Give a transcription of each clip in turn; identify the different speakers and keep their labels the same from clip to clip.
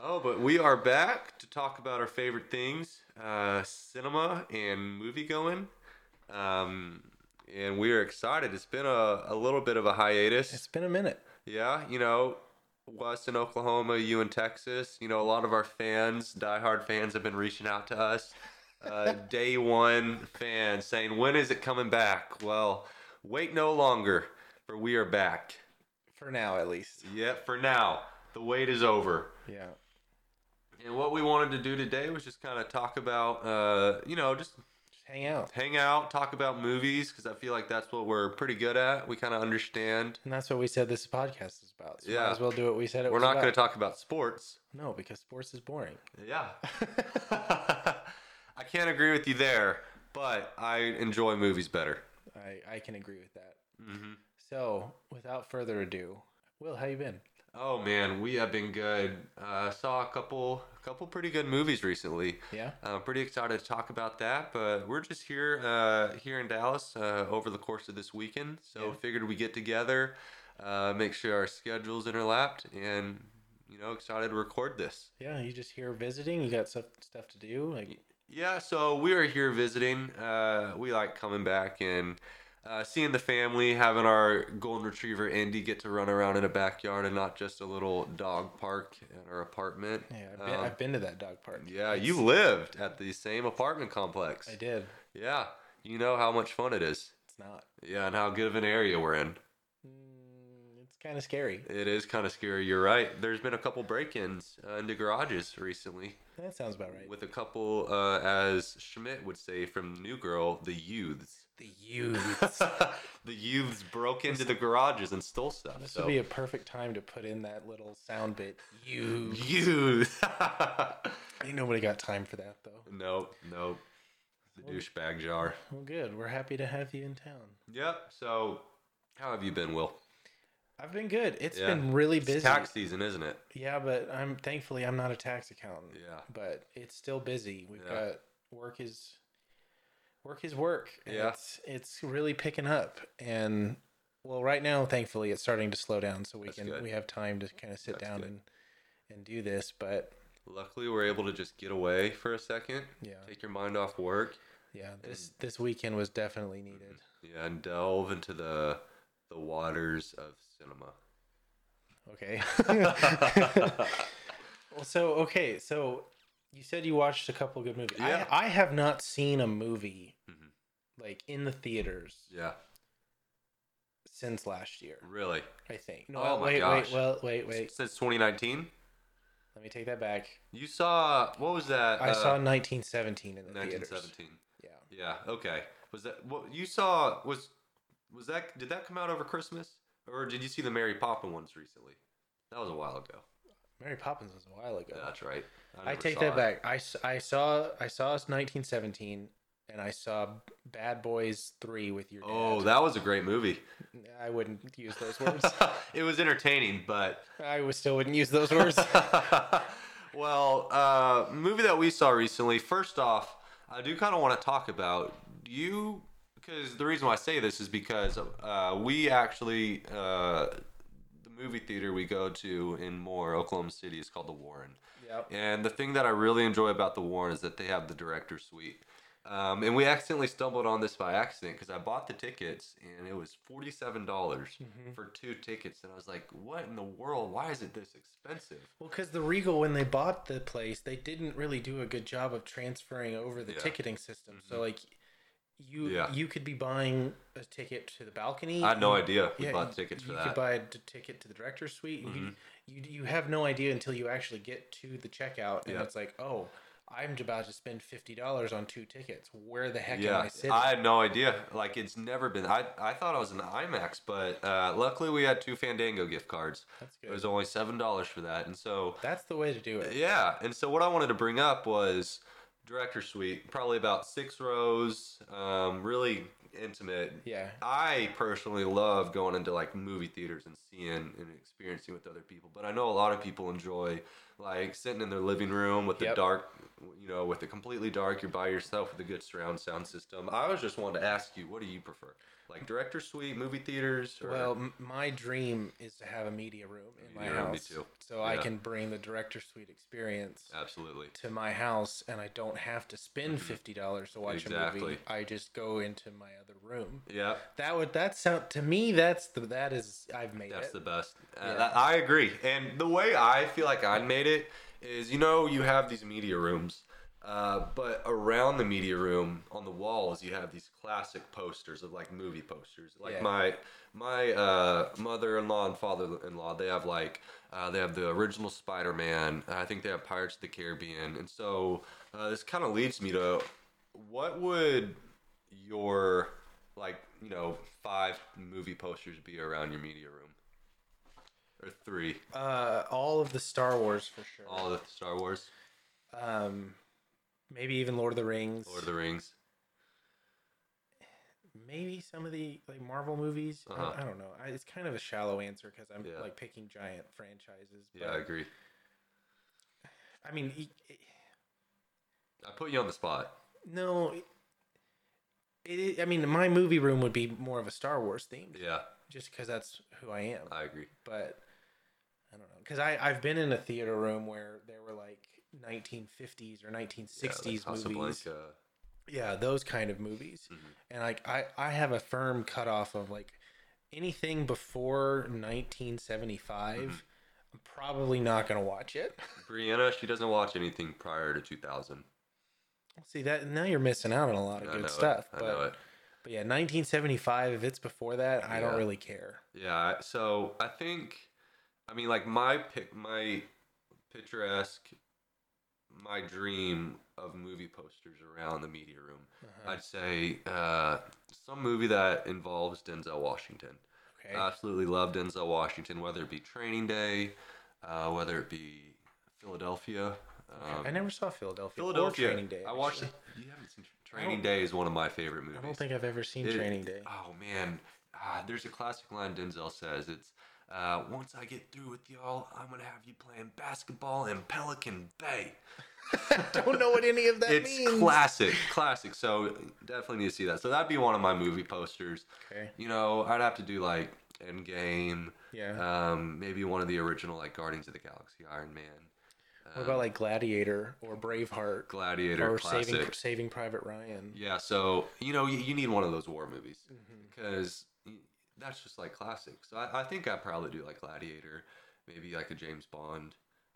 Speaker 1: Oh, are back to talk about our favorite things uh, cinema and movie going. Um, and we are excited. It's been a, a little bit of a hiatus.
Speaker 2: It's been a minute.
Speaker 1: Yeah, you know, us in Oklahoma, you in Texas. You know, a lot of our fans, diehard fans, have been reaching out to us. Uh, day one fans saying, "When is it coming back?" Well, wait no longer, for we are back.
Speaker 2: For now, at least.
Speaker 1: Yeah, for now, the wait is over.
Speaker 2: Yeah.
Speaker 1: And what we wanted to do today was just kind of talk about, uh, you know, just
Speaker 2: Just hang out.
Speaker 1: hang out, talk about movies, because I feel like that's what we're pretty good at. We kind of understand.
Speaker 2: And that's what we said this podcast is about. So
Speaker 1: Yeah.
Speaker 2: might as well do what we said it
Speaker 1: We're
Speaker 2: was
Speaker 1: not going to
Speaker 2: about.
Speaker 1: talk about sports.
Speaker 2: No, because sports is boring.
Speaker 1: Yeah. I can't agree with you there, but I enjoy movies better.
Speaker 2: I, I can agree with that.
Speaker 1: Mm-hmm.
Speaker 2: So, without further ado, Will, how you been?
Speaker 1: Oh man, we have been good. Uh, saw a couple, a couple pretty good movies recently.
Speaker 2: Yeah.
Speaker 1: I'm Uh, pretty excited to talk about that, but we're just here uh, here in Dallas uh, over the course of this weekend. So
Speaker 2: Yeah.
Speaker 1: figured we get together, uh, make sure our schedules interlapped, and you know, excited to record this.
Speaker 2: Yeah, you just here visiting. You got stuff stuff to do. Like,
Speaker 1: Yeah, so we are here visiting. Uh, we like coming back and uh, seeing the family, having our golden retriever Andy get to run around in a backyard and not just a little dog park in our apartment.
Speaker 2: yeah, I've been,
Speaker 1: Um,
Speaker 2: I've been to that dog park.
Speaker 1: yeah,
Speaker 2: It's-
Speaker 1: you lived at the same apartment complex.
Speaker 2: I did.
Speaker 1: Yeah, you know how much fun it is.
Speaker 2: It's not.
Speaker 1: Yeah, and how good of an area we're in.
Speaker 2: Mm, it's kind of scary.
Speaker 1: It is kind of scary. You're right. There's been a couple break-ins uh, into garages recently,
Speaker 2: That sounds about right.
Speaker 1: with a couple, uh, as Schmidt would say from New Girl, the youths.
Speaker 2: the youth.
Speaker 1: the youths broke into the garages and stole stuff.
Speaker 2: This
Speaker 1: so.
Speaker 2: would be a perfect time to put in that little sound bit. You.
Speaker 1: youth.
Speaker 2: Ain't nobody got time for that though.
Speaker 1: nope, nope. The douchebag jar.
Speaker 2: Well, good. We're happy to have you in town.
Speaker 1: Yep. So, how have you been, Will?
Speaker 2: I've been good. It's
Speaker 1: Yeah.
Speaker 2: been really
Speaker 1: It's
Speaker 2: busy.
Speaker 1: tax season, isn't it?
Speaker 2: Yeah, but I'm thankfully I'm not a tax accountant.
Speaker 1: Yeah.
Speaker 2: But it's still busy. We've
Speaker 1: Yeah.
Speaker 2: got work is work is work. and
Speaker 1: Yeah.
Speaker 2: It's it's really picking up and well right now thankfully it's starting to slow down so we
Speaker 1: That's
Speaker 2: can
Speaker 1: good.
Speaker 2: we have time to kind of sit
Speaker 1: That's
Speaker 2: down
Speaker 1: good.
Speaker 2: and and do this but
Speaker 1: Luckily, we're able to just get away for a second,
Speaker 2: yeah
Speaker 1: take your mind off work,
Speaker 2: yeah this this weekend was definitely needed.
Speaker 1: yeah, and delve into the the waters of cinema.
Speaker 2: Okay. well, so okay, so you said you watched a couple good movies.
Speaker 1: Yeah.
Speaker 2: I, I have not seen a movie
Speaker 1: Mhm.
Speaker 2: like in the theaters
Speaker 1: Yeah,
Speaker 2: since last year.
Speaker 1: really.
Speaker 2: I think. No,
Speaker 1: Oh my
Speaker 2: wait,
Speaker 1: gosh.
Speaker 2: wait, well, wait, wait.
Speaker 1: Since 2019,
Speaker 2: Let me take that back.
Speaker 1: you saw what was that?
Speaker 2: I
Speaker 1: uh,
Speaker 2: saw 1917 in the theaters.
Speaker 1: 1917.
Speaker 2: Yeah.
Speaker 1: Yeah. Okay. Was that what you saw? Was was that? Did that come out over Christmas, or did you see the Mary Poppin ones recently? That was a while ago.
Speaker 2: Mary Poppins was a while ago.
Speaker 1: Yeah, that's right.
Speaker 2: I
Speaker 1: never
Speaker 2: take
Speaker 1: saw
Speaker 2: that
Speaker 1: it.
Speaker 2: back. I, s- I saw I saw 1917 and I saw Bad Boys 3 with your dad.
Speaker 1: Oh, that was a great movie.
Speaker 2: I wouldn't use those words.
Speaker 1: it was entertaining, but
Speaker 2: I would still wouldn't use those words.
Speaker 1: well, uh, movie that we saw recently. First off, I do kind of want to talk about you because the reason why I say this is because uh, we actually uh, the movie theater we go to in Moore, Oklahoma City, is called the Warren.
Speaker 2: Yep.
Speaker 1: And the thing that I really enjoy about the Warren is that they have the director's suite. Um, and we accidentally stumbled on this by accident because I bought the tickets and it was forty seven dollars for two tickets, and I was like, "What in the world? Why is it this expensive?"
Speaker 2: Well, because the Regal, when they bought the place, they didn't really do a good job of transferring over the
Speaker 1: Yeah. Mm-hmm.
Speaker 2: ticketing system. So, like, you
Speaker 1: Yeah.
Speaker 2: you could be buying a ticket to the balcony.
Speaker 1: I had no
Speaker 2: you-
Speaker 1: idea we
Speaker 2: yeah,
Speaker 1: bought
Speaker 2: you-
Speaker 1: tickets for
Speaker 2: you
Speaker 1: that.
Speaker 2: could buy a t- ticket to the director's suite.
Speaker 1: Mhm.
Speaker 2: You, you you have no idea until you actually get to the checkout, and
Speaker 1: Yeah.
Speaker 2: it's like, oh, I'm about to spend fifty dollars on two tickets. Where the heck am
Speaker 1: yeah,
Speaker 2: I sitting?
Speaker 1: I had no idea. Like it's never been. I I thought I was in IMAX, but uh, luckily we had two Fandango gift cards.
Speaker 2: That's
Speaker 1: It
Speaker 2: good.
Speaker 1: was only seven dollars for that, and so
Speaker 2: That's the way to do it.
Speaker 1: Yeah, and so what I wanted to bring up was director suite, probably about six rows, um, really intimate.
Speaker 2: Yeah.
Speaker 1: I personally love going into like movie theaters and seeing and experiencing with other people. But I know a lot of people enjoy like sitting in their living room with the
Speaker 2: Yep.
Speaker 1: dark, you know, with it completely dark. You're by yourself with a good surround sound system. I was just wanting to ask you, what do you prefer? Like director suite, movie theaters? Or,
Speaker 2: Well, m- my dream is to have a media room in my
Speaker 1: Media room, me
Speaker 2: house,
Speaker 1: too.
Speaker 2: so I
Speaker 1: Yeah.
Speaker 2: can bring the director suite experience
Speaker 1: absolutely.
Speaker 2: to my house, and I don't have to spend fifty dollars to watch a movie.
Speaker 1: Mm-hmm. Exactly.
Speaker 2: I just go into my other room.
Speaker 1: Yeah.
Speaker 2: That would that sound to me? That's the that is I've made
Speaker 1: That's
Speaker 2: it.
Speaker 1: the best. Uh,
Speaker 2: Yeah.
Speaker 1: that- I agree. And the way I feel like I made it is, you know, you have these media rooms, uh, but around the media room on the walls, you have these classic posters of like movie posters. Like
Speaker 2: Yeah.
Speaker 1: my my uh, mother-in-law and father-in-law, they have like uh, they have the original Spider-Man. and I think they have Pirates of the Caribbean, and so uh, this kind of leads me to what would your like you know five movie posters be around your media room or three
Speaker 2: uh, all of the Star Wars for sure.
Speaker 1: all the star wars
Speaker 2: um, maybe even Lord of the Rings.
Speaker 1: lord of the rings
Speaker 2: maybe some of the like Marvel movies. I-
Speaker 1: Uh-huh.
Speaker 2: I, don't know. I, it's kind of a shallow answer because I'm
Speaker 1: Yeah.
Speaker 2: like picking giant franchises. But,
Speaker 1: yeah i agree
Speaker 2: I mean, e- e-
Speaker 1: i put you on the spot
Speaker 2: no. It, it, I mean, my movie room would be more of a Star Wars themed,
Speaker 1: yeah
Speaker 2: just because that's who I am.
Speaker 1: i agree
Speaker 2: but I don't know because I I've been in a theater room where there were like 1950s or 1960s
Speaker 1: yeah, like
Speaker 2: movies.
Speaker 1: Casablanca.
Speaker 2: Yeah, those kind of movies.
Speaker 1: Mhm.
Speaker 2: And like I I have a firm cutoff of like anything before 1975
Speaker 1: Mm-hmm.
Speaker 2: I'm probably not going to watch it.
Speaker 1: brianna she doesn't watch anything prior to 2000
Speaker 2: See that now you're missing out on a lot of
Speaker 1: i know
Speaker 2: good stuff.
Speaker 1: it.
Speaker 2: but,
Speaker 1: i know it
Speaker 2: but yeah, 1975 if it's before that, I don't
Speaker 1: Yeah.
Speaker 2: really care.
Speaker 1: Yeah, I- so I think, I mean, like my pic, my picturesque, my dream of movie posters around the media room.
Speaker 2: Uh-huh.
Speaker 1: I'd say uh, some movie that involves Denzel Washington.
Speaker 2: Okay.
Speaker 1: I absolutely love Denzel Washington, whether it be Training Day, uh, whether it be Philadelphia. Um,
Speaker 2: I never saw Philadelphia,
Speaker 1: Philadelphia.
Speaker 2: or Training Day.
Speaker 1: I watched.
Speaker 2: actually.
Speaker 1: You haven't seen Tra-
Speaker 2: I
Speaker 1: Training
Speaker 2: don't-
Speaker 1: Day is one of my favorite movies.
Speaker 2: I don't think I've ever seen
Speaker 1: It-
Speaker 2: Training Day.
Speaker 1: Oh man, ah, there's a classic line Denzel says. It's uh, once I get through with y'all, I'm gonna have you playing basketball in Pelican Bay.
Speaker 2: don't know what any of that
Speaker 1: it's
Speaker 2: means.
Speaker 1: classic, classic. So definitely need to see that. So that'd be one of my movie posters.
Speaker 2: Okay.
Speaker 1: You know, I'd have to do like Endgame,
Speaker 2: Yeah.
Speaker 1: um, maybe one of the original like Guardians of the Galaxy, Iron Man,
Speaker 2: what about like Gladiator or Braveheart
Speaker 1: uh, Gladiator,
Speaker 2: or
Speaker 1: classic.
Speaker 2: Saving Saving Private Ryan?
Speaker 1: Yeah, so you know you, you need one of those war movies
Speaker 2: Mm-hmm.
Speaker 1: because that's just like classic. So I, I think I probably do like Gladiator, maybe like a James Bond.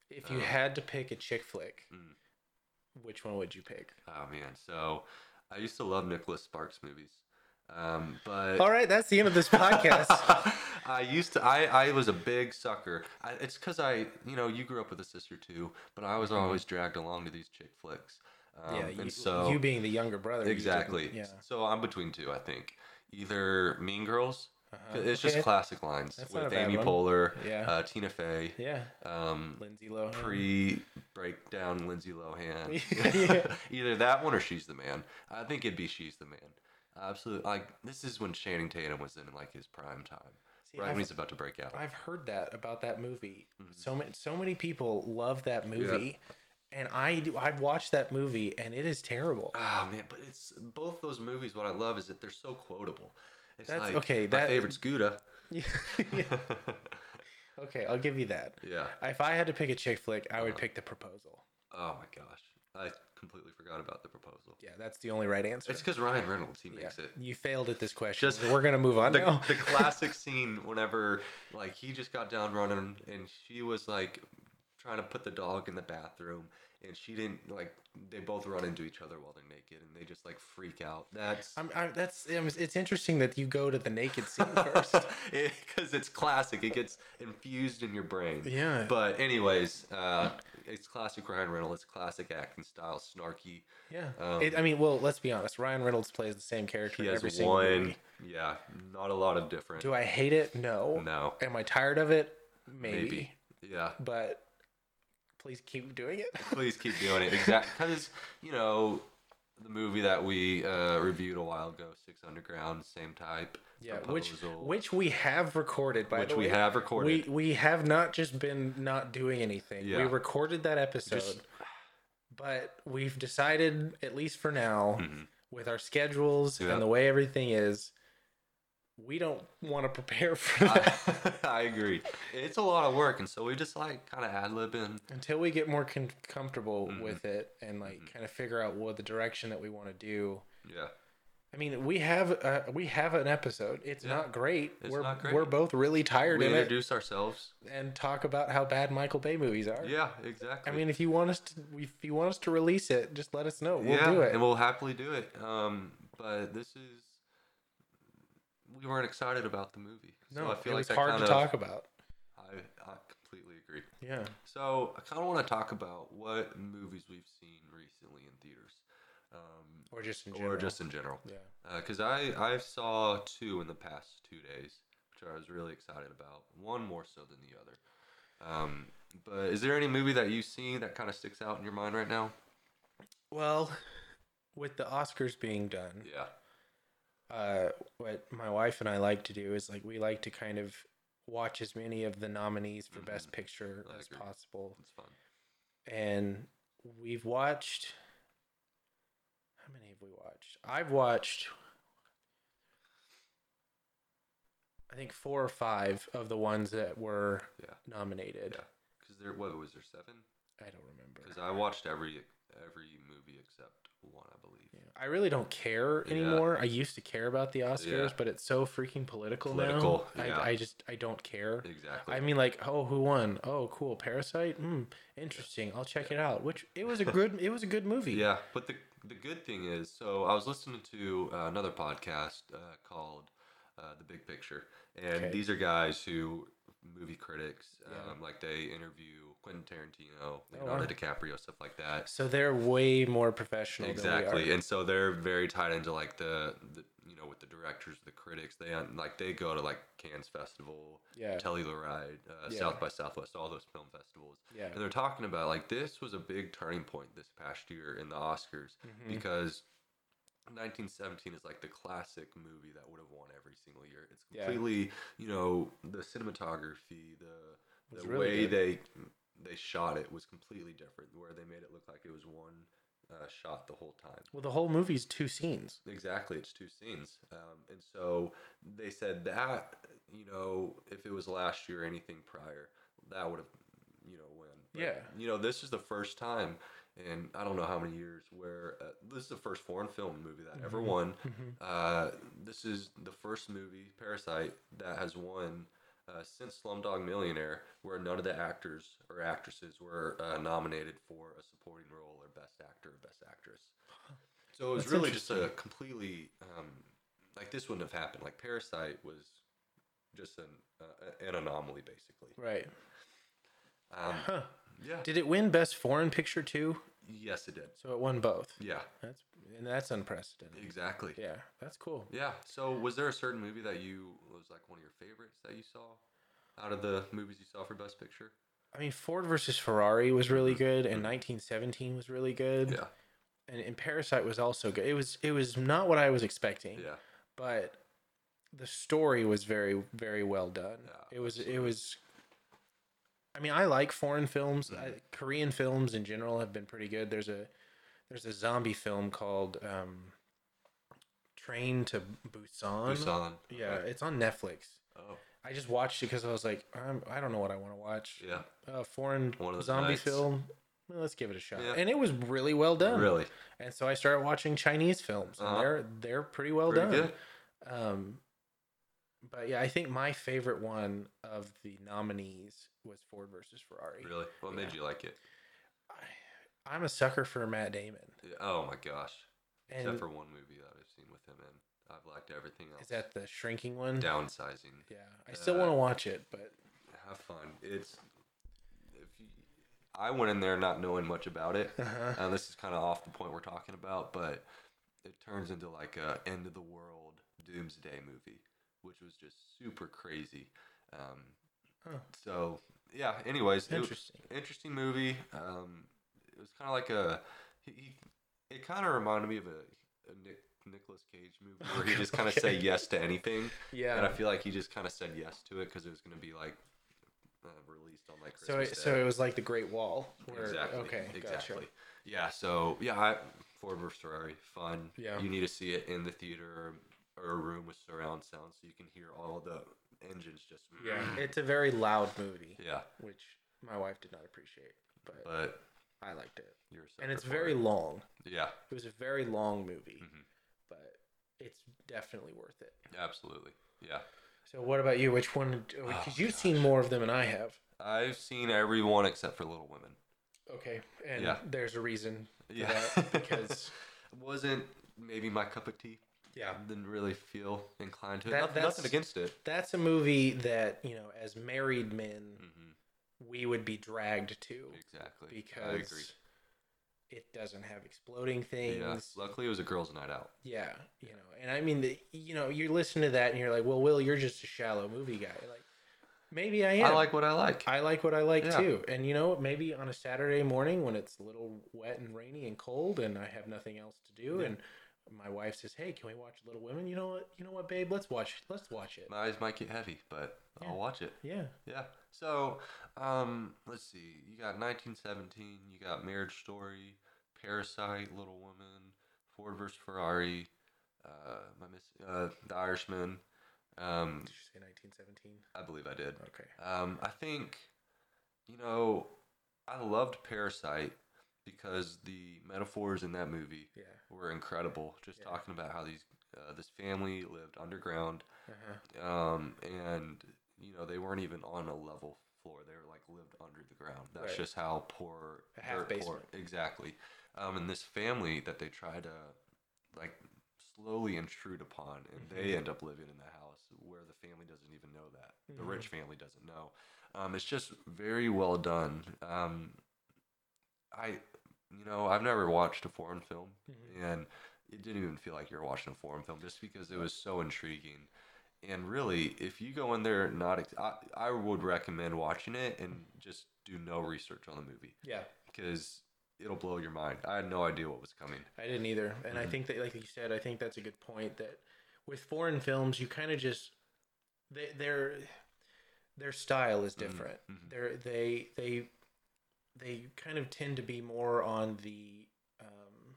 Speaker 2: If you
Speaker 1: Um,
Speaker 2: had to pick a chick flick,
Speaker 1: Mm.
Speaker 2: which one would you pick?
Speaker 1: Oh man, so I used to love Nicholas Sparks movies, um, but Um,
Speaker 2: All right, that's the end of this podcast.
Speaker 1: I used to. I, I was a big sucker. I, it's because I, you know, you grew up with a sister too, but I was always dragged along to these chick flicks. Um,
Speaker 2: Mm-hmm. yeah,
Speaker 1: and
Speaker 2: you,
Speaker 1: so
Speaker 2: you being the younger brother. you
Speaker 1: exactly.
Speaker 2: didn't- Yeah.
Speaker 1: So I'm between two. I think either Mean Girls
Speaker 2: Uh-huh.
Speaker 1: It's
Speaker 2: Okay.
Speaker 1: just classic lines
Speaker 2: That's not a
Speaker 1: with
Speaker 2: bad
Speaker 1: Amy
Speaker 2: one.
Speaker 1: Poehler,
Speaker 2: Yeah.
Speaker 1: uh, Tina Fey,
Speaker 2: Yeah.
Speaker 1: um,
Speaker 2: Lindsay Lohan.
Speaker 1: pre breakdown Lindsay Lohan.
Speaker 2: Yeah.
Speaker 1: Either that one or She's the Man. I think it'd be She's the Man. Absolutely. Like this is when Channing Tatum was in like his prime time,
Speaker 2: See,
Speaker 1: right
Speaker 2: I've-
Speaker 1: when he's about to break out.
Speaker 2: I've heard that about that movie.
Speaker 1: Mm-hmm.
Speaker 2: So many, so many people love that movie, and I do. I've watched that movie, and it is terrible.
Speaker 1: Ah man, but it's both those movies. What I love is that they're so quotable. It's
Speaker 2: That's-
Speaker 1: like,
Speaker 2: okay,
Speaker 1: My
Speaker 2: that-
Speaker 1: favorite's Gouda.
Speaker 2: okay, I'll give you that.
Speaker 1: yeah.
Speaker 2: If I had to pick a chick flick, I
Speaker 1: Uh-huh.
Speaker 2: would pick The Proposal.
Speaker 1: Oh my gosh, I completely forgot about the proposal.
Speaker 2: Yeah, that's the only right answer.
Speaker 1: It's because Ryan Reynolds he makes
Speaker 2: Yeah,
Speaker 1: it.
Speaker 2: You failed at this question.
Speaker 1: Just-
Speaker 2: so we're gonna move on
Speaker 1: the,
Speaker 2: now.
Speaker 1: the classic scene whenever like he just got down running and she was like trying to put the dog in the bathroom and she didn't like they both run into each other while they're naked and they just like freak out that's
Speaker 2: I'm, I, that's I'm- it's interesting that you go to the naked scene first.
Speaker 1: because it's classic it gets infused in your brain
Speaker 2: Yeah.
Speaker 1: but anyways uh it's classic ryan reynolds classic acting style snarky
Speaker 2: yeah.
Speaker 1: Um,
Speaker 2: it, I mean, well, let's be honest. Ryan Reynolds plays the same character
Speaker 1: he
Speaker 2: in
Speaker 1: has
Speaker 2: every single
Speaker 1: one
Speaker 2: movie.
Speaker 1: yeah not a lot of different
Speaker 2: Do I hate it? No.
Speaker 1: no
Speaker 2: Am I tired of it? Maybe.
Speaker 1: maybe yeah
Speaker 2: But please keep doing it.
Speaker 1: please keep doing it exactly because you know the movie that we uh, reviewed a while ago, Six Underground, same type.
Speaker 2: Yeah,
Speaker 1: proposal,
Speaker 2: which which we have recorded by
Speaker 1: which
Speaker 2: the
Speaker 1: we
Speaker 2: way.
Speaker 1: have recorded.
Speaker 2: We we have not just been not doing anything. We
Speaker 1: Yeah.
Speaker 2: recorded that episode,
Speaker 1: Just-
Speaker 2: but we've decided at least for now,
Speaker 1: Mhm.
Speaker 2: with our schedules
Speaker 1: Yeah.
Speaker 2: and the way everything is, we don't want to prepare for that
Speaker 1: I, I agree. It's a lot of work, and so we just like kind of ad libbing.
Speaker 2: until we get more con- comfortable
Speaker 1: Mhm.
Speaker 2: with it and like kind of figure out what the direction that we want to do.
Speaker 1: Yeah,
Speaker 2: I mean, we have uh, we have an episode. It's
Speaker 1: Yeah.
Speaker 2: not great.
Speaker 1: It's
Speaker 2: we're
Speaker 1: not great.
Speaker 2: we're both really tired
Speaker 1: we
Speaker 2: in it,
Speaker 1: introduce ourselves.
Speaker 2: and talk about how bad Michael Bay movies are.
Speaker 1: Yeah, exactly.
Speaker 2: I mean, if you want us to, if you want us to release it, just let us know. We'll
Speaker 1: yeah,
Speaker 2: do it.
Speaker 1: and we'll happily do it. Um, but this is we weren't excited about the movie, so
Speaker 2: no,
Speaker 1: I feel
Speaker 2: it
Speaker 1: like
Speaker 2: was
Speaker 1: that
Speaker 2: hard
Speaker 1: kind
Speaker 2: to
Speaker 1: of,
Speaker 2: talk about.
Speaker 1: I, I completely agree.
Speaker 2: Yeah,
Speaker 1: So I kind of want to talk about what movies we've seen recently in theaters, um,
Speaker 2: or just in general.
Speaker 1: or just in general.
Speaker 2: yeah.
Speaker 1: Because I I saw two in the past two days, which I was really excited about. One more so than the other. Um, but is there any movie that you've seen that kind of sticks out in your mind right now?
Speaker 2: Well, with the Oscars being done,
Speaker 1: Yeah.
Speaker 2: uh, what my wife and I like to do is like we like to kind of watch as many of the nominees for Best Picture
Speaker 1: Mm-hmm. I
Speaker 2: as
Speaker 1: agree.
Speaker 2: possible,
Speaker 1: It's fun.
Speaker 2: and we've watched. How many have we watched? I've watched. I think four or five of the ones that were
Speaker 1: Yeah.
Speaker 2: nominated.
Speaker 1: Yeah. Because there, what was there seven?
Speaker 2: I don't remember.
Speaker 1: Because I watched every every movie except one, I believe.
Speaker 2: Yeah. I really don't care
Speaker 1: Yeah.
Speaker 2: anymore. I used to care about the Oscars,
Speaker 1: Yeah.
Speaker 2: but it's so freaking political,
Speaker 1: Political,
Speaker 2: now.
Speaker 1: yeah.
Speaker 2: I, I just I don't care.
Speaker 1: Exactly.
Speaker 2: I mean, like, oh, who won? Oh, cool, Parasite. Mm, interesting. I'll check it out. Which it was a good it was a good movie.
Speaker 1: Yeah, but the the good thing is, so I was listening to uh, another podcast uh, called uh, The Big Picture, and
Speaker 2: Okay.
Speaker 1: these are guys who movie critics,
Speaker 2: Yeah. Oh,
Speaker 1: um, like they interview Quentin Tarantino,
Speaker 2: wow.
Speaker 1: Leonardo DiCaprio, stuff like that.
Speaker 2: So they're way more professional. Than we
Speaker 1: Exactly,
Speaker 2: are.
Speaker 1: and so they're very tied into like the, the you know with the directors, the critics. They um, like they go to like Cannes Festival,
Speaker 2: Yeah.
Speaker 1: Telluride, uh,
Speaker 2: Yeah.
Speaker 1: South by Southwest, all those film festivals.
Speaker 2: Yeah.
Speaker 1: And they're talking about like this was a big turning point this past year in the Oscars
Speaker 2: Mhm.
Speaker 1: because 1917 is like the classic movie that would have won every single year. It's
Speaker 2: Yeah.
Speaker 1: completely, you know, the cinematography, the
Speaker 2: It's
Speaker 1: the
Speaker 2: really
Speaker 1: way
Speaker 2: good.
Speaker 1: they they shot it was completely different. Where they made it look like it was one uh, shot the whole time.
Speaker 2: Well, the whole movie's two scenes.
Speaker 1: Exactly, it's two scenes, um, and so they said that you know if it was last year or anything prior, that would have you know win.
Speaker 2: Yeah.
Speaker 1: you know this is the first time, and I don't know how many years where uh, this is the first foreign film movie that ever
Speaker 2: Mhm.
Speaker 1: won.
Speaker 2: Mhm.
Speaker 1: Uh, this is the first movie Parasite that has won. Uh, since Slumdog Millionaire, where none of the actors or actresses were uh, nominated for a supporting role or best actor or best actress. So it was
Speaker 2: That's
Speaker 1: really just a
Speaker 2: interesting.
Speaker 1: completely um, like this wouldn't have happened. Like Parasite was just an uh, an anomaly, basically.
Speaker 2: Right.
Speaker 1: Um,
Speaker 2: Huh.
Speaker 1: yeah.
Speaker 2: Did it win Best Foreign Picture too?
Speaker 1: yes, it did.
Speaker 2: So it won both.
Speaker 1: Yeah,
Speaker 2: That's and that's unprecedented.
Speaker 1: exactly. Yeah.
Speaker 2: Yeah, that's cool.
Speaker 1: So was there a certain movie that you was like one of your favorites that you saw out of the movies you saw for Best Picture?
Speaker 2: I mean, Ford versus Ferrari was really good, and 1917 was really good,
Speaker 1: Mm-hmm. Yeah.
Speaker 2: and, and Parasite was also good. It was it was not what I was expecting,
Speaker 1: Yeah.
Speaker 2: but the story was very very well done.
Speaker 1: Yeah,
Speaker 2: it was it was. I mean, I like foreign films. I, Korean films in general have been pretty good. There's a there's a zombie film called um, Train to Busan.
Speaker 1: Busan.
Speaker 2: Yeah,
Speaker 1: Okay.
Speaker 2: it's on Netflix.
Speaker 1: Oh.
Speaker 2: I just watched it because I was like, I'm, I don't know what I want to watch
Speaker 1: Yeah.
Speaker 2: a foreign
Speaker 1: One of those
Speaker 2: zombie
Speaker 1: nights.
Speaker 2: film. Well, let's give it a shot.
Speaker 1: Yeah.
Speaker 2: And it was really well done.
Speaker 1: Really.
Speaker 2: And so I started watching Chinese films, and
Speaker 1: Uh-huh.
Speaker 2: they're they're pretty well
Speaker 1: Pretty
Speaker 2: done.
Speaker 1: good.
Speaker 2: Um, but yeah, I think my favorite one of the nominees was Ford versus Ferrari.
Speaker 1: Really. What
Speaker 2: Yeah.
Speaker 1: made you like it?
Speaker 2: I, I'm a sucker for Matt Damon,
Speaker 1: Yeah, Oh my gosh.
Speaker 2: and
Speaker 1: Except for one movie that I've seen with him in. I've liked everything else.
Speaker 2: is that the shrinking one?
Speaker 1: downsizing?
Speaker 2: Yeah, I still
Speaker 1: Uh,
Speaker 2: want to watch it, but
Speaker 1: have fun. It's if you, I went in there not knowing much about it,
Speaker 2: uh
Speaker 1: and this is kind of off the point we're talking about, but it turns into like a end of the world doomsday movie, which was just super crazy. Um,
Speaker 2: Huh.
Speaker 1: So yeah. Anyways, it was
Speaker 2: interesting.
Speaker 1: interesting movie. Um, it was kind of like a he, he it kind of reminded me of a, a Nick, Nicolas Cage movie where he just kind of say
Speaker 2: Okay.
Speaker 1: yes to anything, and I
Speaker 2: Yeah.
Speaker 1: feel like he just kind of said yes to it because it was going to be like uh, released on like
Speaker 2: So
Speaker 1: Christmas.
Speaker 2: it,
Speaker 1: Day.
Speaker 2: so it was like the Great Wall. Where,
Speaker 1: exactly.
Speaker 2: Okay.
Speaker 1: Exactly.
Speaker 2: Gotcha.
Speaker 1: Yeah. So yeah, I, Ford versus Ferrari, fun.
Speaker 2: Yeah.
Speaker 1: You need to see it in the theater or a room with surround sound so you can hear all the engines just.
Speaker 2: Yeah. It's a very loud movie,
Speaker 1: Yeah.
Speaker 2: which my wife did not appreciate, but,
Speaker 1: But
Speaker 2: I liked it.
Speaker 1: you're. a
Speaker 2: And
Speaker 1: sucker
Speaker 2: it's
Speaker 1: for
Speaker 2: very
Speaker 1: it.
Speaker 2: long.
Speaker 1: Yeah.
Speaker 2: It was a very long movie,
Speaker 1: Mhm.
Speaker 2: but it's definitely worth it.
Speaker 1: Absolutely. Yeah.
Speaker 2: So what about you? Which one?
Speaker 1: Oh,
Speaker 2: Because you've seen more of them than I have.
Speaker 1: I've seen everyone except for Little Women.
Speaker 2: Okay, and
Speaker 1: Yeah.
Speaker 2: there's a reason. for
Speaker 1: Yeah.
Speaker 2: that, because
Speaker 1: wasn't maybe my cup of tea.
Speaker 2: yeah,
Speaker 1: Didn't really feel inclined to it.
Speaker 2: That-
Speaker 1: Noth-
Speaker 2: that's-
Speaker 1: nothing against it.
Speaker 2: that's a movie that you know, as married men,
Speaker 1: hmm
Speaker 2: we would be dragged to
Speaker 1: Exactly.
Speaker 2: because
Speaker 1: I agree.
Speaker 2: it doesn't have exploding things.
Speaker 1: Yeah. Luckily, it was a girls' night out.
Speaker 2: Yeah, you know, and I mean, the, you know, you listen to that and you're like, well, Will, you're just a shallow movie guy. Like, maybe I am.
Speaker 1: I like what I like.
Speaker 2: I like what I like
Speaker 1: Yeah.
Speaker 2: too. And you know, what? maybe on a Saturday morning when it's a little wet and rainy and cold and I have nothing else to do
Speaker 1: Yeah.
Speaker 2: and my wife says, "Hey, can we watch Little Women?" You know what? You know what, babe? Let's watch. Let's watch it.
Speaker 1: My eyes might get heavy, but
Speaker 2: Yeah.
Speaker 1: I'll watch it.
Speaker 2: Yeah.
Speaker 1: Yeah. So, um, let's see. You got 1917. You got Marriage Story, Parasite, Little Woman, Ford vs Ferrari. Uh, my miss, uh, The Irishman. Um,
Speaker 2: Did you say 1917?
Speaker 1: I believe I did.
Speaker 2: Okay.
Speaker 1: Um, I think, you know, I loved Parasite because the metaphors in that movie
Speaker 2: Yeah.
Speaker 1: were incredible. Just
Speaker 2: Yeah.
Speaker 1: talking about how these uh, this family lived underground,
Speaker 2: Uh-huh.
Speaker 1: um, and you know they weren't even on a level floor. They were like lived under the ground. That's
Speaker 2: Right.
Speaker 1: just how poor,
Speaker 2: A half
Speaker 1: dirt poor
Speaker 2: basement.
Speaker 1: exactly. Um, and this family that they try to like slowly intrude upon, and they
Speaker 2: Mm-hmm.
Speaker 1: end up living in the house where the family doesn't even know that. The
Speaker 2: Mhm.
Speaker 1: rich family doesn't know. Um, it's just very well done. Um, I, you know, I've never watched a foreign film,
Speaker 2: Mhm.
Speaker 1: and it didn't even feel like you were watching a foreign film just because it was so intriguing. And really, if you go in there not, ex- I, I would recommend watching it and just do no research on the movie
Speaker 2: Yeah.
Speaker 1: because it'll blow your mind. I had no idea what was coming. Mm-hmm.
Speaker 2: I didn't either. And I
Speaker 1: Mhm.
Speaker 2: think that, like you said, I think that's a good point that with foreign films, you kind of just they, their their style is different.
Speaker 1: mhm.
Speaker 2: They're, they they they kind of tend to be more on the um,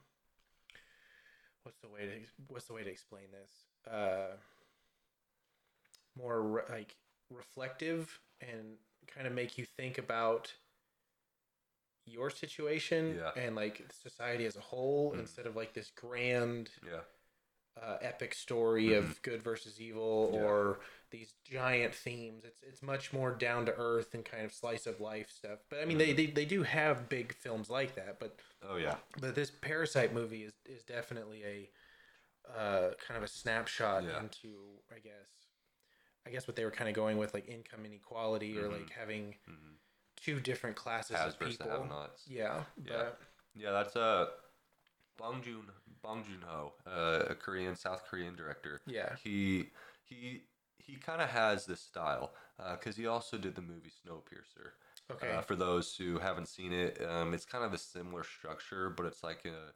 Speaker 2: what's the way to what's the way to explain this? Uh, more re- like reflective and kind of make you think about your situation
Speaker 1: Yeah.
Speaker 2: and like society as a whole
Speaker 1: Mhm.
Speaker 2: instead of like this grand
Speaker 1: Yeah.
Speaker 2: uh, epic story of good versus evil
Speaker 1: Mm-hmm. Yeah.
Speaker 2: or these giant themes it's it's much more down to earth and kind of slice of life stuff but i
Speaker 1: Mm-hmm.
Speaker 2: mean they, they they do have big films like that but
Speaker 1: Oh yeah.
Speaker 2: but this parasite movie is is definitely a uh, kind of a snapshot
Speaker 1: Yeah.
Speaker 2: into i guess i guess what they were kind of going with like income inequality or
Speaker 1: Mhm.
Speaker 2: like having
Speaker 1: Mhm.
Speaker 2: two different classes
Speaker 1: Has
Speaker 2: of
Speaker 1: versus the
Speaker 2: people
Speaker 1: have-nots.
Speaker 2: yeah
Speaker 1: Yeah.
Speaker 2: but
Speaker 1: Yeah, that's uh, Bong Joon Bong Joon Ho, uh, a Korean South Korean director.
Speaker 2: yeah
Speaker 1: He he he kind of has this style because he also did the movie Snowpiercer.
Speaker 2: okay
Speaker 1: Uh, for those who haven't seen it, um, it's kind of a similar structure, but it's like a,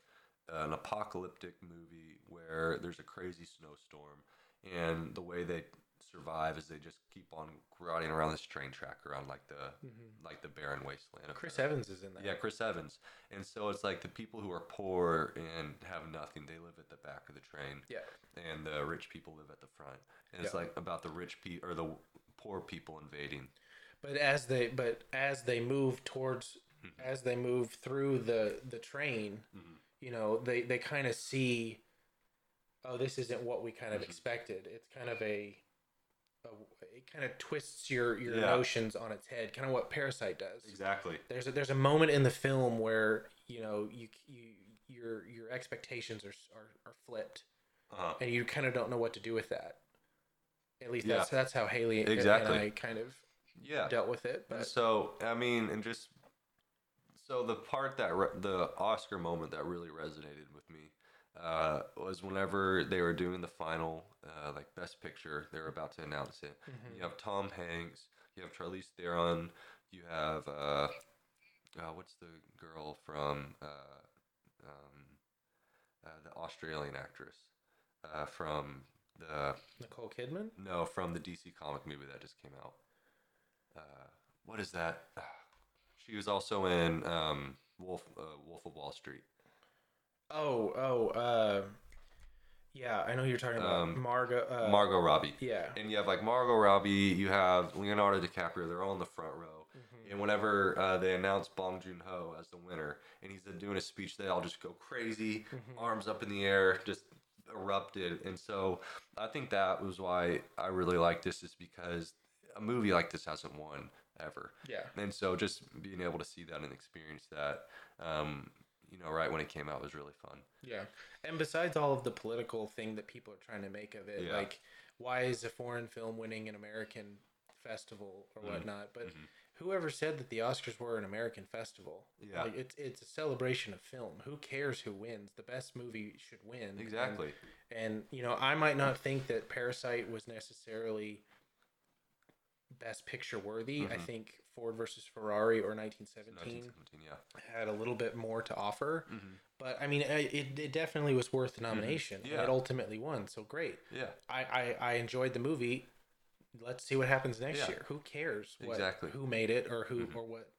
Speaker 1: an apocalyptic movie where there's a crazy snowstorm, and the way they survive is they just keep on riding around this train track around like the
Speaker 2: hmm
Speaker 1: like the barren wasteland. of
Speaker 2: chris
Speaker 1: the-
Speaker 2: evans is in that
Speaker 1: yeah, Chris Evans. And so it's like the people who are poor and have nothing, they live at the back of the train,
Speaker 2: yeah
Speaker 1: and the rich people live at the front. And it's
Speaker 2: Yeah.
Speaker 1: like about the rich people or the poor people invading.
Speaker 2: But as they but as they move towards
Speaker 1: Hmm.
Speaker 2: as they move through the the train,
Speaker 1: Mhm.
Speaker 2: you know, they they kind of see oh this isn't what we kind of
Speaker 1: Mhm.
Speaker 2: expected. It's kind of a, a it kind of twists your your
Speaker 1: Yeah.
Speaker 2: notions on its head, kind of what Parasite does.
Speaker 1: Exactly.
Speaker 2: There's a, there's a moment in the film where, you know, you you your your expectations are are, are flipped
Speaker 1: Uh-huh.
Speaker 2: and you kind of don't know what to do with that. At least that's that's how Haley
Speaker 1: Exactly.
Speaker 2: and I kind of
Speaker 1: Yeah.
Speaker 2: dealt with it.
Speaker 1: And
Speaker 2: But
Speaker 1: so I mean, and just so the part that re- the Oscar moment that really resonated with me uh, was whenever they were doing the final uh, like Best Picture, they were about to announce it.
Speaker 2: Mhm.
Speaker 1: You have Tom Hanks, you have Charlize Theron, you have uh, uh, what's the girl from uh, um, uh, the Australian actress uh, from the
Speaker 2: Nicole Kidman.
Speaker 1: no from the DC comic movie that just came out. Uh, what is that? Ah. She was also in um, Wolf uh, Wolf of Wall Street.
Speaker 2: Oh, oh, uh, yeah, I know who you're talking about
Speaker 1: Um,
Speaker 2: Margot. Uh,
Speaker 1: Margot Robbie.
Speaker 2: yeah,
Speaker 1: And you have like Margot Robbie, you have Leonardo DiCaprio. They're all in the front row.
Speaker 2: Mm-hmm.
Speaker 1: And whenever uh, they announce Bong Joon Ho as the winner, and he's doing a speech, they all just go crazy,
Speaker 2: Mm-hmm.
Speaker 1: arms up in the air, just erupted. And so I think that was why I really like this, is because a movie like this hasn't won ever.
Speaker 2: yeah,
Speaker 1: And so just being able to see that and experience that, um, you know, right when it came out was really fun.
Speaker 2: yeah. And besides all of the political thing that people are trying to make of it,
Speaker 1: Yeah.
Speaker 2: like why is a foreign film winning an American festival or
Speaker 1: Mm,
Speaker 2: whatnot? But
Speaker 1: mhm.
Speaker 2: whoever said that the Oscars were an American festival?
Speaker 1: Yeah.
Speaker 2: like, it's it's a celebration of film. Who cares who wins? The best movie should win. and-
Speaker 1: Exactly.
Speaker 2: And you know, I might not think that Parasite was necessarily best picture worthy. I
Speaker 1: Mhm.
Speaker 2: think Ford versus Ferrari or 1917
Speaker 1: 1917, yeah.
Speaker 2: had a little bit more to offer.
Speaker 1: Mhm.
Speaker 2: But I mean, I- it, it definitely was worth the nomination. and
Speaker 1: Mm-hmm. Yeah.
Speaker 2: It ultimately won, so great.
Speaker 1: Yeah.
Speaker 2: I, I, I enjoyed the movie. Let's see what happens next
Speaker 1: Yeah.
Speaker 2: year. Who cares what,
Speaker 1: Exactly.
Speaker 2: who made it or who
Speaker 1: Mhm.
Speaker 2: or what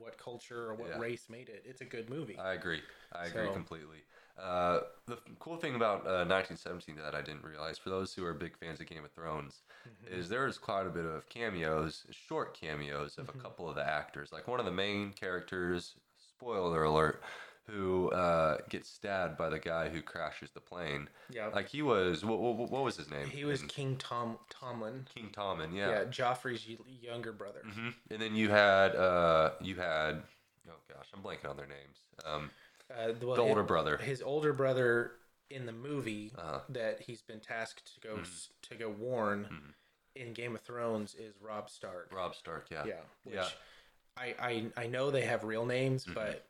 Speaker 2: what culture or what
Speaker 1: Yeah.
Speaker 2: race made it? It's a good movie.
Speaker 1: I agree. I agree
Speaker 2: So-
Speaker 1: completely. Uh, the f- cool thing about uh, 1917 that I didn't realize, for those who are big fans of Game of Thrones,
Speaker 2: Mm-hmm.
Speaker 1: is there is quite a bit of cameos, short cameos
Speaker 2: Mm-hmm.
Speaker 1: of a couple of the actors. Like one of the main characters, spoiler alert, who uh, gets stabbed by the guy who crashes the plane.
Speaker 2: yeah.
Speaker 1: Like he was, what, what, what was his name?
Speaker 2: he was
Speaker 1: in
Speaker 2: King Tom Tomlin.
Speaker 1: King Tommen. Yeah.
Speaker 2: Yeah, Joffrey's y- younger brother.
Speaker 1: hmm And then you had, uh, you had, oh gosh, I'm blanking on their names. Um,
Speaker 2: Uh, well,
Speaker 1: the
Speaker 2: hi-
Speaker 1: older brother.
Speaker 2: his older brother in the movie
Speaker 1: Uh, Hmm.
Speaker 2: that he's been tasked to go s to go warn in Game of Thrones is Rob Stark.
Speaker 1: Rob Stark. Yeah.
Speaker 2: Yeah, which
Speaker 1: Yeah. Mm-hmm.
Speaker 2: I, I I know they have real names, but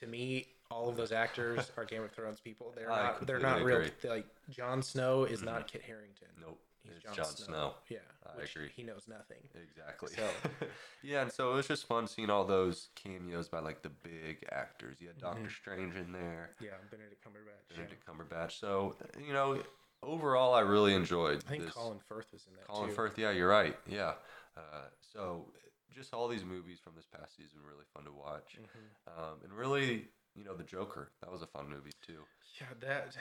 Speaker 2: to me, all of those actors are Game of Thrones people. They're
Speaker 1: I
Speaker 2: not they're not
Speaker 1: completely
Speaker 2: real.
Speaker 1: agree.
Speaker 2: they're Like Jon Snow is not Kit Harrington.
Speaker 1: Nope.
Speaker 2: He's
Speaker 1: it's
Speaker 2: Jon
Speaker 1: Jon,
Speaker 2: Snow.
Speaker 1: Snow.
Speaker 2: Yeah,
Speaker 1: I agree.
Speaker 2: He knows nothing.
Speaker 1: Exactly.
Speaker 2: So-
Speaker 1: yeah, and so it was just fun seeing all those cameos by like the big actors. You had
Speaker 2: Mm-hmm.
Speaker 1: Doctor Strange in there,
Speaker 2: Yeah, Benedict Cumberbatch. yeah.
Speaker 1: Benedict Cumberbatch. So you know, overall, I really enjoyed.
Speaker 2: I think
Speaker 1: this.
Speaker 2: Colin Firth was in that
Speaker 1: Colin
Speaker 2: too.
Speaker 1: Firth. Yeah, you're right. Yeah. Uh, so just all these movies from this past season were really fun to watch,
Speaker 2: Mm-hmm.
Speaker 1: um, and really, you know, the Joker. That was a fun movie too.
Speaker 2: Yeah, that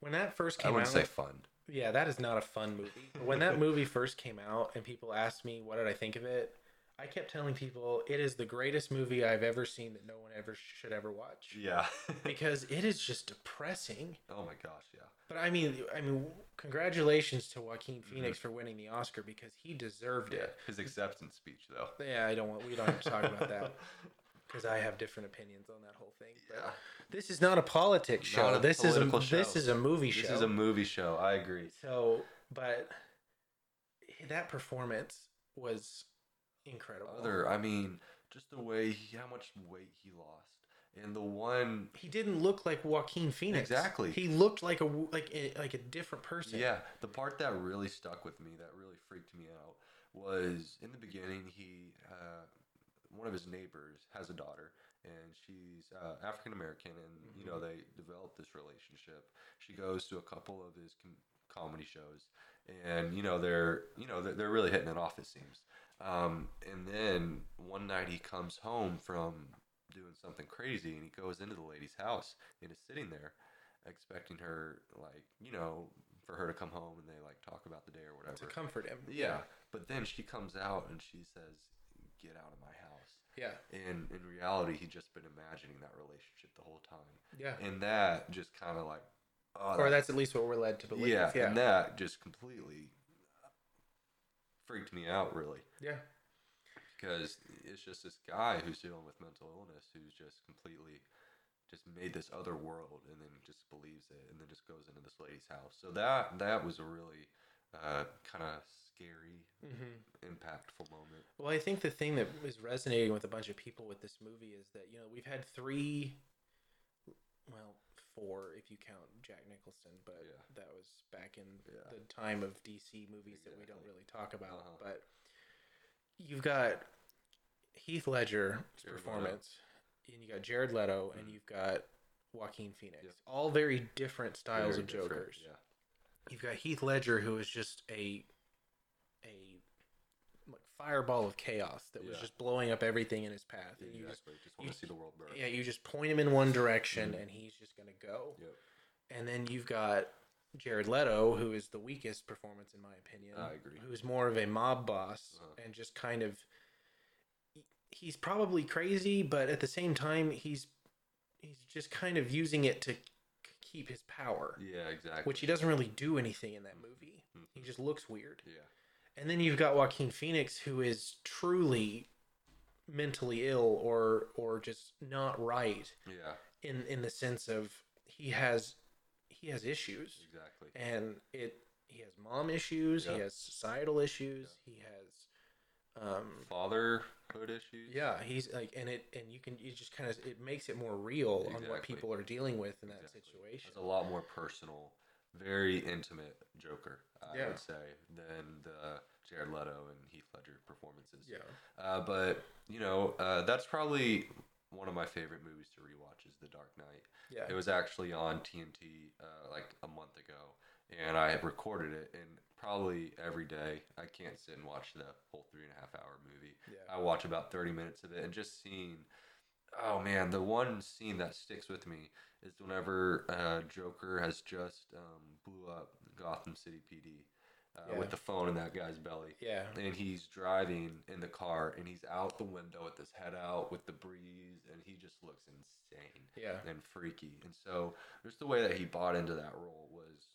Speaker 2: when that first
Speaker 1: I
Speaker 2: came out.
Speaker 1: wouldn't say fun.
Speaker 2: Yeah, that is not a fun movie. But when that movie first came out and people asked me what did I think of it, I kept telling people it is the greatest movie I've ever seen that no one ever should ever watch
Speaker 1: Yeah.
Speaker 2: because it is just depressing.
Speaker 1: oh my gosh. Yeah.
Speaker 2: But I mean, I mean, congratulations to Joaquin Phoenix for winning the Oscar because he deserved
Speaker 1: Mm-hmm. Yeah.
Speaker 2: it.
Speaker 1: His acceptance speech though.
Speaker 2: Yeah, I don't want we don't have to talk about that because I have different opinions on that whole thing. But
Speaker 1: Yeah.
Speaker 2: This is not a politics show.
Speaker 1: Not a
Speaker 2: this is a
Speaker 1: political
Speaker 2: this
Speaker 1: show.
Speaker 2: is a movie show.
Speaker 1: This is a movie show. I agree.
Speaker 2: So, but that performance was incredible.
Speaker 1: Other, uh, I mean, just the way he, how much weight he lost, and the one,
Speaker 2: he didn't look like Joaquin Phoenix.
Speaker 1: Exactly.
Speaker 2: He looked like a like a, like a different person.
Speaker 1: yeah, the part that really stuck with me, that really freaked me out, was in the beginning. He, uh, one of his neighbors has a daughter, and she's uh, African American, and you know they develop this relationship. She goes to a couple of his com- comedy shows, and you know they're you know they're, they're really hitting it off. It seems. Um, and then one night he comes home from doing something crazy and he goes into the lady's house and is sitting there expecting her, like, you know, for her to come home and they like talk about the day or
Speaker 2: To
Speaker 1: whatever.
Speaker 2: comfort him.
Speaker 1: yeah. But then she comes out and she says, Get out of my house.
Speaker 2: Yeah.
Speaker 1: And in reality, he'd just been imagining that relationship the whole time.
Speaker 2: Yeah.
Speaker 1: And that just kind of like, oh,
Speaker 2: or
Speaker 1: that-
Speaker 2: that's at least what we're led to believe.
Speaker 1: yeah,
Speaker 2: Yeah. Yeah.
Speaker 1: And that just completely freaked me out, really because it's just this guy who's dealing with mental illness who's just completely just made this other world and then just believes it and then just goes into this lady's house. So that that was a really uh, kind of scary,
Speaker 2: Mhm.
Speaker 1: impactful moment.
Speaker 2: Well, I think the thing that is resonating with a bunch of people with this movie is that you know we've had three, well, four if you count Jack Nicholson, but
Speaker 1: Yeah.
Speaker 2: that was back in
Speaker 1: Yeah.
Speaker 2: the time of DC movies that we don't
Speaker 1: Exactly.
Speaker 2: really talk about.
Speaker 1: Uh-huh.
Speaker 2: But you've got Heath Ledger's
Speaker 1: Jared Leto.
Speaker 2: performance, and you got Jared Leto, and
Speaker 1: Mhm.
Speaker 2: you've got Joaquin Phoenix.
Speaker 1: Yep.
Speaker 2: All very different styles
Speaker 1: Very
Speaker 2: of
Speaker 1: different,
Speaker 2: Jokers.
Speaker 1: Yeah.
Speaker 2: You've got Heath Ledger, who is just a a like fireball of chaos that was
Speaker 1: Yeah.
Speaker 2: just blowing up everything in his path. And you just
Speaker 1: Exactly. Just want
Speaker 2: you-
Speaker 1: to see the world burn.
Speaker 2: yeah, you just point him in one direction,
Speaker 1: Mhm.
Speaker 2: and he's just gonna go.
Speaker 1: Yep.
Speaker 2: And then you've got Jared Leto, who is the weakest performance in my opinion.
Speaker 1: I agree.
Speaker 2: Who's more of a mob boss
Speaker 1: Uh-huh.
Speaker 2: and just kind of he's probably crazy, but at the same time he's he's just kind of using it to k- keep his power,
Speaker 1: Yeah, exactly.
Speaker 2: which he doesn't really do anything in that movie.
Speaker 1: Mhm.
Speaker 2: He just looks weird.
Speaker 1: Yeah.
Speaker 2: And then you've got Joaquin Phoenix who is truly mentally ill or or just not right
Speaker 1: Yeah.
Speaker 2: in in the sense of he has he has issues
Speaker 1: Exactly.
Speaker 2: and it he has mom issues
Speaker 1: Yeah.
Speaker 2: he has societal issues he has um
Speaker 1: Fatherhood issues.
Speaker 2: yeah he's like and it and you can you just kind of it makes it more real on what
Speaker 1: Exactly.
Speaker 2: people are dealing with in that
Speaker 1: Exactly.
Speaker 2: situation
Speaker 1: It's a lot more personal, very intimate Joker, I
Speaker 2: Yeah.
Speaker 1: would say, than the Jared Leto and Heath Ledger performances.
Speaker 2: yeah
Speaker 1: Uh, but you know, uh, that's probably one of my favorite movies to rewatch is The Dark Knight.
Speaker 2: yeah
Speaker 1: It was actually on TNT uh, like a month ago, and I had recorded it. And probably every day, I can't sit and watch the whole three and a half hour movie.
Speaker 2: yeah
Speaker 1: I watch about 30 minutes of it and just seeing oh man the one scene that sticks with me is whenever uh, Joker has just um, blew up Gotham City PD uh,
Speaker 2: Yeah.
Speaker 1: with the phone in that guy's belly
Speaker 2: yeah
Speaker 1: and he's driving in the car and he's out the window with his head out with the breeze and he just looks insane
Speaker 2: yeah
Speaker 1: and freaky. And so just the way that he bought into that role was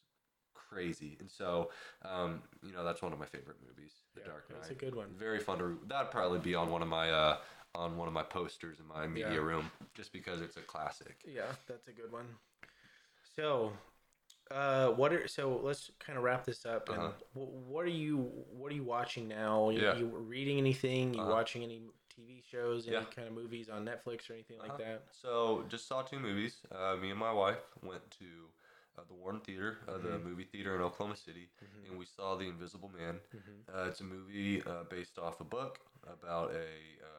Speaker 1: crazy. And so, um, you know, that's one of my favorite movies, The
Speaker 2: Yeah,
Speaker 1: Dark Knight.
Speaker 2: that's a good one.
Speaker 1: Very fun to. Re- That'd probably be on one of my uh, on one of my posters in my media
Speaker 2: Yeah.
Speaker 1: room, just because it's a classic.
Speaker 2: yeah that's a good one so uh what are so let's kind of wrap this up and
Speaker 1: Uh-huh.
Speaker 2: wh- what are you what are you watching now you,
Speaker 1: Yeah.
Speaker 2: you reading anything you
Speaker 1: Uh-huh.
Speaker 2: watching any tv shows any
Speaker 1: Yeah.
Speaker 2: kind of movies on netflix or anything
Speaker 1: Uh-huh.
Speaker 2: like that
Speaker 1: So just saw two movies. Uh, me and my wife went to uh, the Warren Theater, uh, the movie theater in Oklahoma City,
Speaker 2: Mhm.
Speaker 1: and we saw The Invisible Man.
Speaker 2: Mhm.
Speaker 1: Uh, it's a movie uh, based off a book about a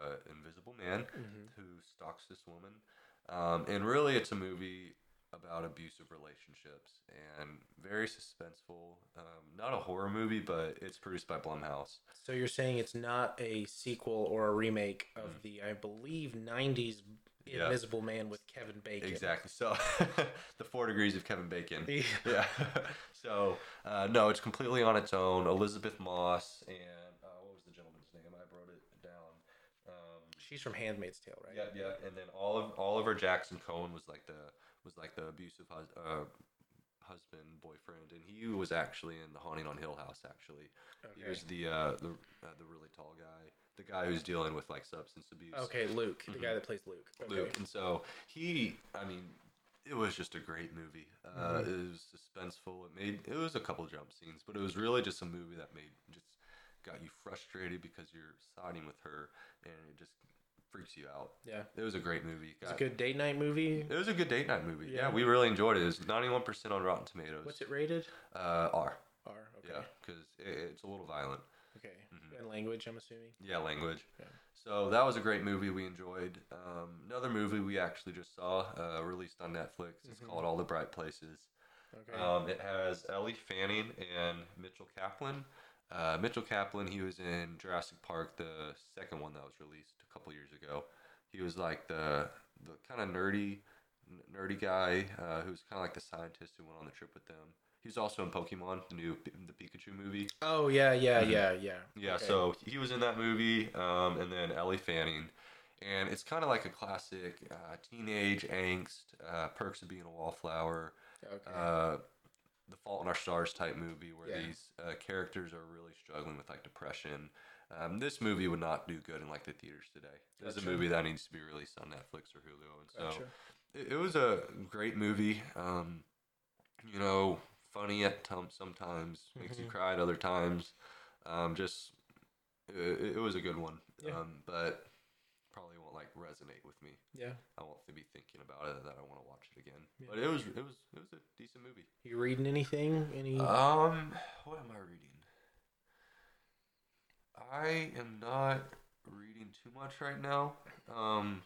Speaker 1: uh, invisible man
Speaker 2: Mhm.
Speaker 1: who stalks this woman, um, and really it's a movie about abusive relationships and very suspenseful. Um, not a horror movie, but it's produced by Blumhouse.
Speaker 2: So you're saying it's not a sequel or a remake of the, I believe, '90s
Speaker 1: Mm. Yeah.
Speaker 2: Invisible Man with Kevin Bacon.
Speaker 1: Exactly. So the Four Degrees of Kevin Bacon.
Speaker 2: Yeah.
Speaker 1: yeah. so uh, no, it's completely on its own. Elizabeth Moss and uh, what was the gentleman's name? I wrote it down. Um,
Speaker 2: She's from *Handmaid's Tale*, right?
Speaker 1: Yep, yep. And then Oliver, Oliver Jackson Cohen was like the was like the abusive hus- uh, husband boyfriend, and he was actually in the Haunting on Hill House. Actually, he was
Speaker 2: Okay.
Speaker 1: the uh, the uh, the really tall guy, the guy who's dealing with like substance abuse.
Speaker 2: Okay, Luke, the guy that plays Luke. Okay.
Speaker 1: Mm-hmm. Luke. And so he, I mean, it was just a great movie. Uh,
Speaker 2: Mm-hmm.
Speaker 1: It was suspenseful. It made it was a couple jump scenes, but it was really just a movie that made just got you frustrated because you're siding with her, and it just freaks you out.
Speaker 2: Yeah,
Speaker 1: It was a great movie.
Speaker 2: it's a
Speaker 1: Got-
Speaker 2: good date night movie.
Speaker 1: It was a good date night movie. Yeah,
Speaker 2: Yeah.
Speaker 1: we really enjoyed it. It was ninety one percent on Rotten Tomatoes.
Speaker 2: What's it rated?
Speaker 1: Uh, R.
Speaker 2: R. Okay.
Speaker 1: Yeah, because it, it's a little violent.
Speaker 2: Okay.
Speaker 1: Mhm.
Speaker 2: And language, I'm assuming.
Speaker 1: Yeah, language.
Speaker 2: Yeah.
Speaker 1: So that was a great movie. We enjoyed. Um, another movie we actually just saw, uh, released on Netflix. It's
Speaker 2: Mhm.
Speaker 1: called All the Bright Places.
Speaker 2: Okay.
Speaker 1: Um, it has Ellie Fanning and Mitchell Kaplan. Uh, Mitchell Kaplan, he was in Jurassic Park, the second one that was released a couple years ago. He was like the the kind of nerdy n- nerdy guy uh, who was kind of like the scientist who went on the trip with them. He was also in Pokemon, the new P- the Pikachu movie.
Speaker 2: oh yeah, yeah,
Speaker 1: mhm.
Speaker 2: yeah, yeah.
Speaker 1: Yeah,
Speaker 2: Okay.
Speaker 1: so he was in that movie, um, and then Ellie Fanning, and it's kind of like a classic uh, teenage angst, uh, perks of being a wallflower,
Speaker 2: Okay.
Speaker 1: uh, the Fault in Our Stars type movie where
Speaker 2: Yeah.
Speaker 1: these uh, characters are really struggling with like depression. Um, this movie would not do good in like the theaters today. This is
Speaker 2: Gotcha.
Speaker 1: a movie that needs to be released on Netflix or Hulu, and so
Speaker 2: gotcha.
Speaker 1: it, it was a great movie. Um, you know, funny at tom- sometimes, makes you
Speaker 2: Mhm.
Speaker 1: cry at other times. Um, just it, it was a good one.
Speaker 2: Yeah.
Speaker 1: Um, but probably won't like resonate with me.
Speaker 2: Yeah.
Speaker 1: I won't be thinking about it that I want to watch it again.
Speaker 2: Yeah.
Speaker 1: But it was it was it was a decent movie.
Speaker 2: You reading anything? Any?
Speaker 1: Um, what am I reading? I am not reading too much right now. Um,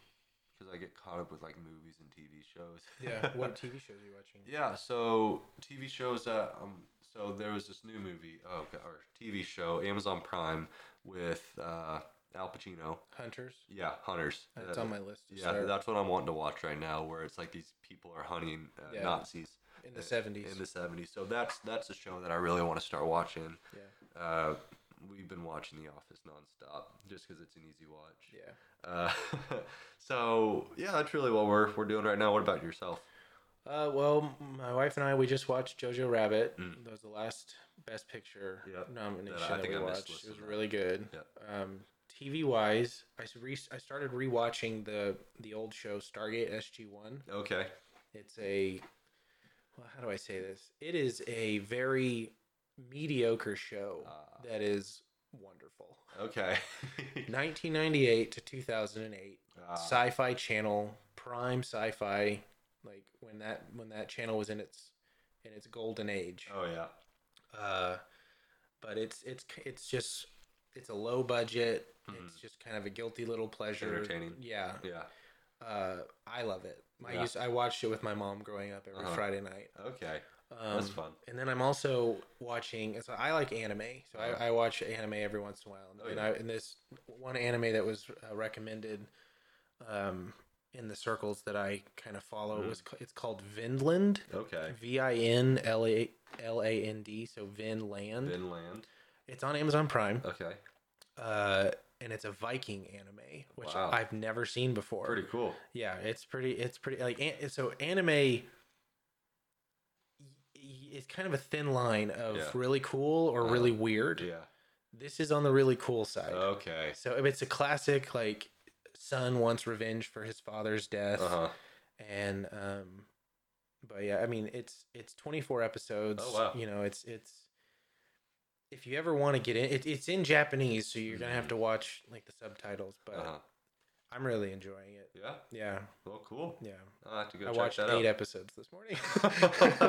Speaker 1: 'cause because I get caught up with like movies and TV shows.
Speaker 2: Yeah. What TV shows are you watching?
Speaker 1: Yeah, so TV shows that um, so there was this new movie oh, God, or TV show Amazon Prime with uh, Al Pacino.
Speaker 2: Hunters.
Speaker 1: Yeah, hunters.
Speaker 2: That's
Speaker 1: Uh,
Speaker 2: on my list. To
Speaker 1: yeah,
Speaker 2: start
Speaker 1: that's what I'm wanting to watch right now, where it's like these people are hunting uh,
Speaker 2: Yeah.
Speaker 1: Nazis
Speaker 2: in the seventies.
Speaker 1: in the '70s. So that's that's a show that I really want to start watching.
Speaker 2: yeah.
Speaker 1: Uh, we've been watching The Office nonstop just because it's an easy watch.
Speaker 2: Yeah.
Speaker 1: Uh, so yeah, that's really what we're we're doing right now. What about yourself?
Speaker 2: Uh, well, my wife and I we just watched Jojo Rabbit.
Speaker 1: Mm.
Speaker 2: That was the last Best Picture
Speaker 1: Yep.
Speaker 2: nomination
Speaker 1: That I
Speaker 2: that,
Speaker 1: think
Speaker 2: we
Speaker 1: I
Speaker 2: watched.
Speaker 1: mislisted
Speaker 2: It was
Speaker 1: that.
Speaker 2: really good.
Speaker 1: Yep.
Speaker 2: Um, TV wise, I s- re- I started rewatching the the old show Stargate SG One.
Speaker 1: Okay.
Speaker 2: It's a well, how do I say this? It is a very mediocre show
Speaker 1: Ah.
Speaker 2: that is wonderful.
Speaker 1: Okay.
Speaker 2: 1998 to 2008
Speaker 1: Ah,
Speaker 2: sci-fi channel prime sci-fi like when that when that channel was in its in its golden age
Speaker 1: oh yeah.
Speaker 2: uh but it's it's it's just it's a low budget it's
Speaker 1: Mhm.
Speaker 2: just kind of a guilty little pleasure
Speaker 1: Entertaining.
Speaker 2: yeah
Speaker 1: Yeah.
Speaker 2: uh i love it i
Speaker 1: Yeah.
Speaker 2: used i watched it with my mom growing up every
Speaker 1: Uh-huh.
Speaker 2: friday night
Speaker 1: Okay.
Speaker 2: um,
Speaker 1: That's fun.
Speaker 2: and then I'm also watching. So I like anime, so I, I watch anime every once in a while. And,
Speaker 1: Oh,
Speaker 2: and
Speaker 1: yeah.
Speaker 2: I, and this one anime that was uh, recommended um, in the circles that I kind of follow was ca- it's called Vinland,
Speaker 1: Hmm. Okay.
Speaker 2: V I N L A L A N D. So Vinland.
Speaker 1: Vinland.
Speaker 2: It's on Amazon Prime,
Speaker 1: Okay.
Speaker 2: uh, and it's a Viking anime, which
Speaker 1: Wow.
Speaker 2: I've never seen before.
Speaker 1: Pretty cool.
Speaker 2: Yeah, it's pretty. It's pretty like an, so anime. y- y- It's kind of a thin line of
Speaker 1: Yeah.
Speaker 2: really cool or
Speaker 1: Uh-huh.
Speaker 2: really weird.
Speaker 1: Yeah. Oh.
Speaker 2: This is on the really cool side.
Speaker 1: Okay.
Speaker 2: So if it's a classic like son wants revenge for his father's death,
Speaker 1: Uh huh.
Speaker 2: and um, but yeah, I mean it's it's twenty four episodes.
Speaker 1: Oh, wow.
Speaker 2: You know, it's it's if you ever want to get in, it, it's in Japanese, so you're gonna have
Speaker 1: Mhm.
Speaker 2: to watch like the subtitles. But
Speaker 1: Uh huh.
Speaker 2: I'm really enjoying it.
Speaker 1: Yeah.
Speaker 2: Yeah,
Speaker 1: Well, cool.
Speaker 2: yeah.
Speaker 1: I'll have to go
Speaker 2: I
Speaker 1: check
Speaker 2: watched
Speaker 1: that
Speaker 2: eight
Speaker 1: out.
Speaker 2: episodes this morning.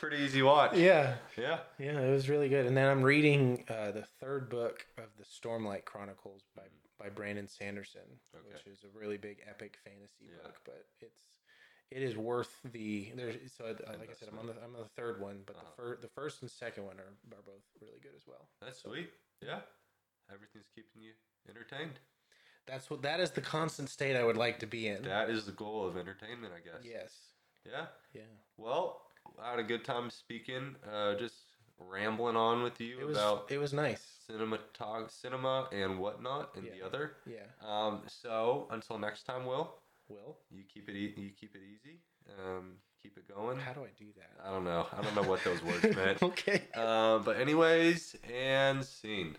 Speaker 1: Pretty easy watch.
Speaker 2: yeah,
Speaker 1: Yeah.
Speaker 2: yeah, it was really good. And then I'm reading uh, the third book of the Stormlight Chronicles by by Brandon Sanderson,
Speaker 1: Mm. Okay.
Speaker 2: which is a really big epic fantasy
Speaker 1: Yeah.
Speaker 2: book. But it's it is worth the there's so I, like I said I'm on the I'm on the third one, but
Speaker 1: Uh-huh.
Speaker 2: the first the first and second one are, are both really good as well.
Speaker 1: That's sweet. Yeah. Everything's keeping you entertained.
Speaker 2: That's what that is the constant state I would like to be in.
Speaker 1: That is the goal of entertainment, I guess.
Speaker 2: Yes.
Speaker 1: Yeah.
Speaker 2: Yeah.
Speaker 1: Well, I had a good time speaking, uh, just rambling on with you
Speaker 2: It was
Speaker 1: about
Speaker 2: it was nice.
Speaker 1: cinematog- cinema and whatnot and the
Speaker 2: Yeah.
Speaker 1: other.
Speaker 2: Yeah.
Speaker 1: Um, so until next time, Will,
Speaker 2: Will,
Speaker 1: you keep it e- you keep it easy. Um, keep it going.
Speaker 2: how do I do that?
Speaker 1: I don't know. I don't know what those words meant.
Speaker 2: okay.
Speaker 1: Uh, but anyways, and scene.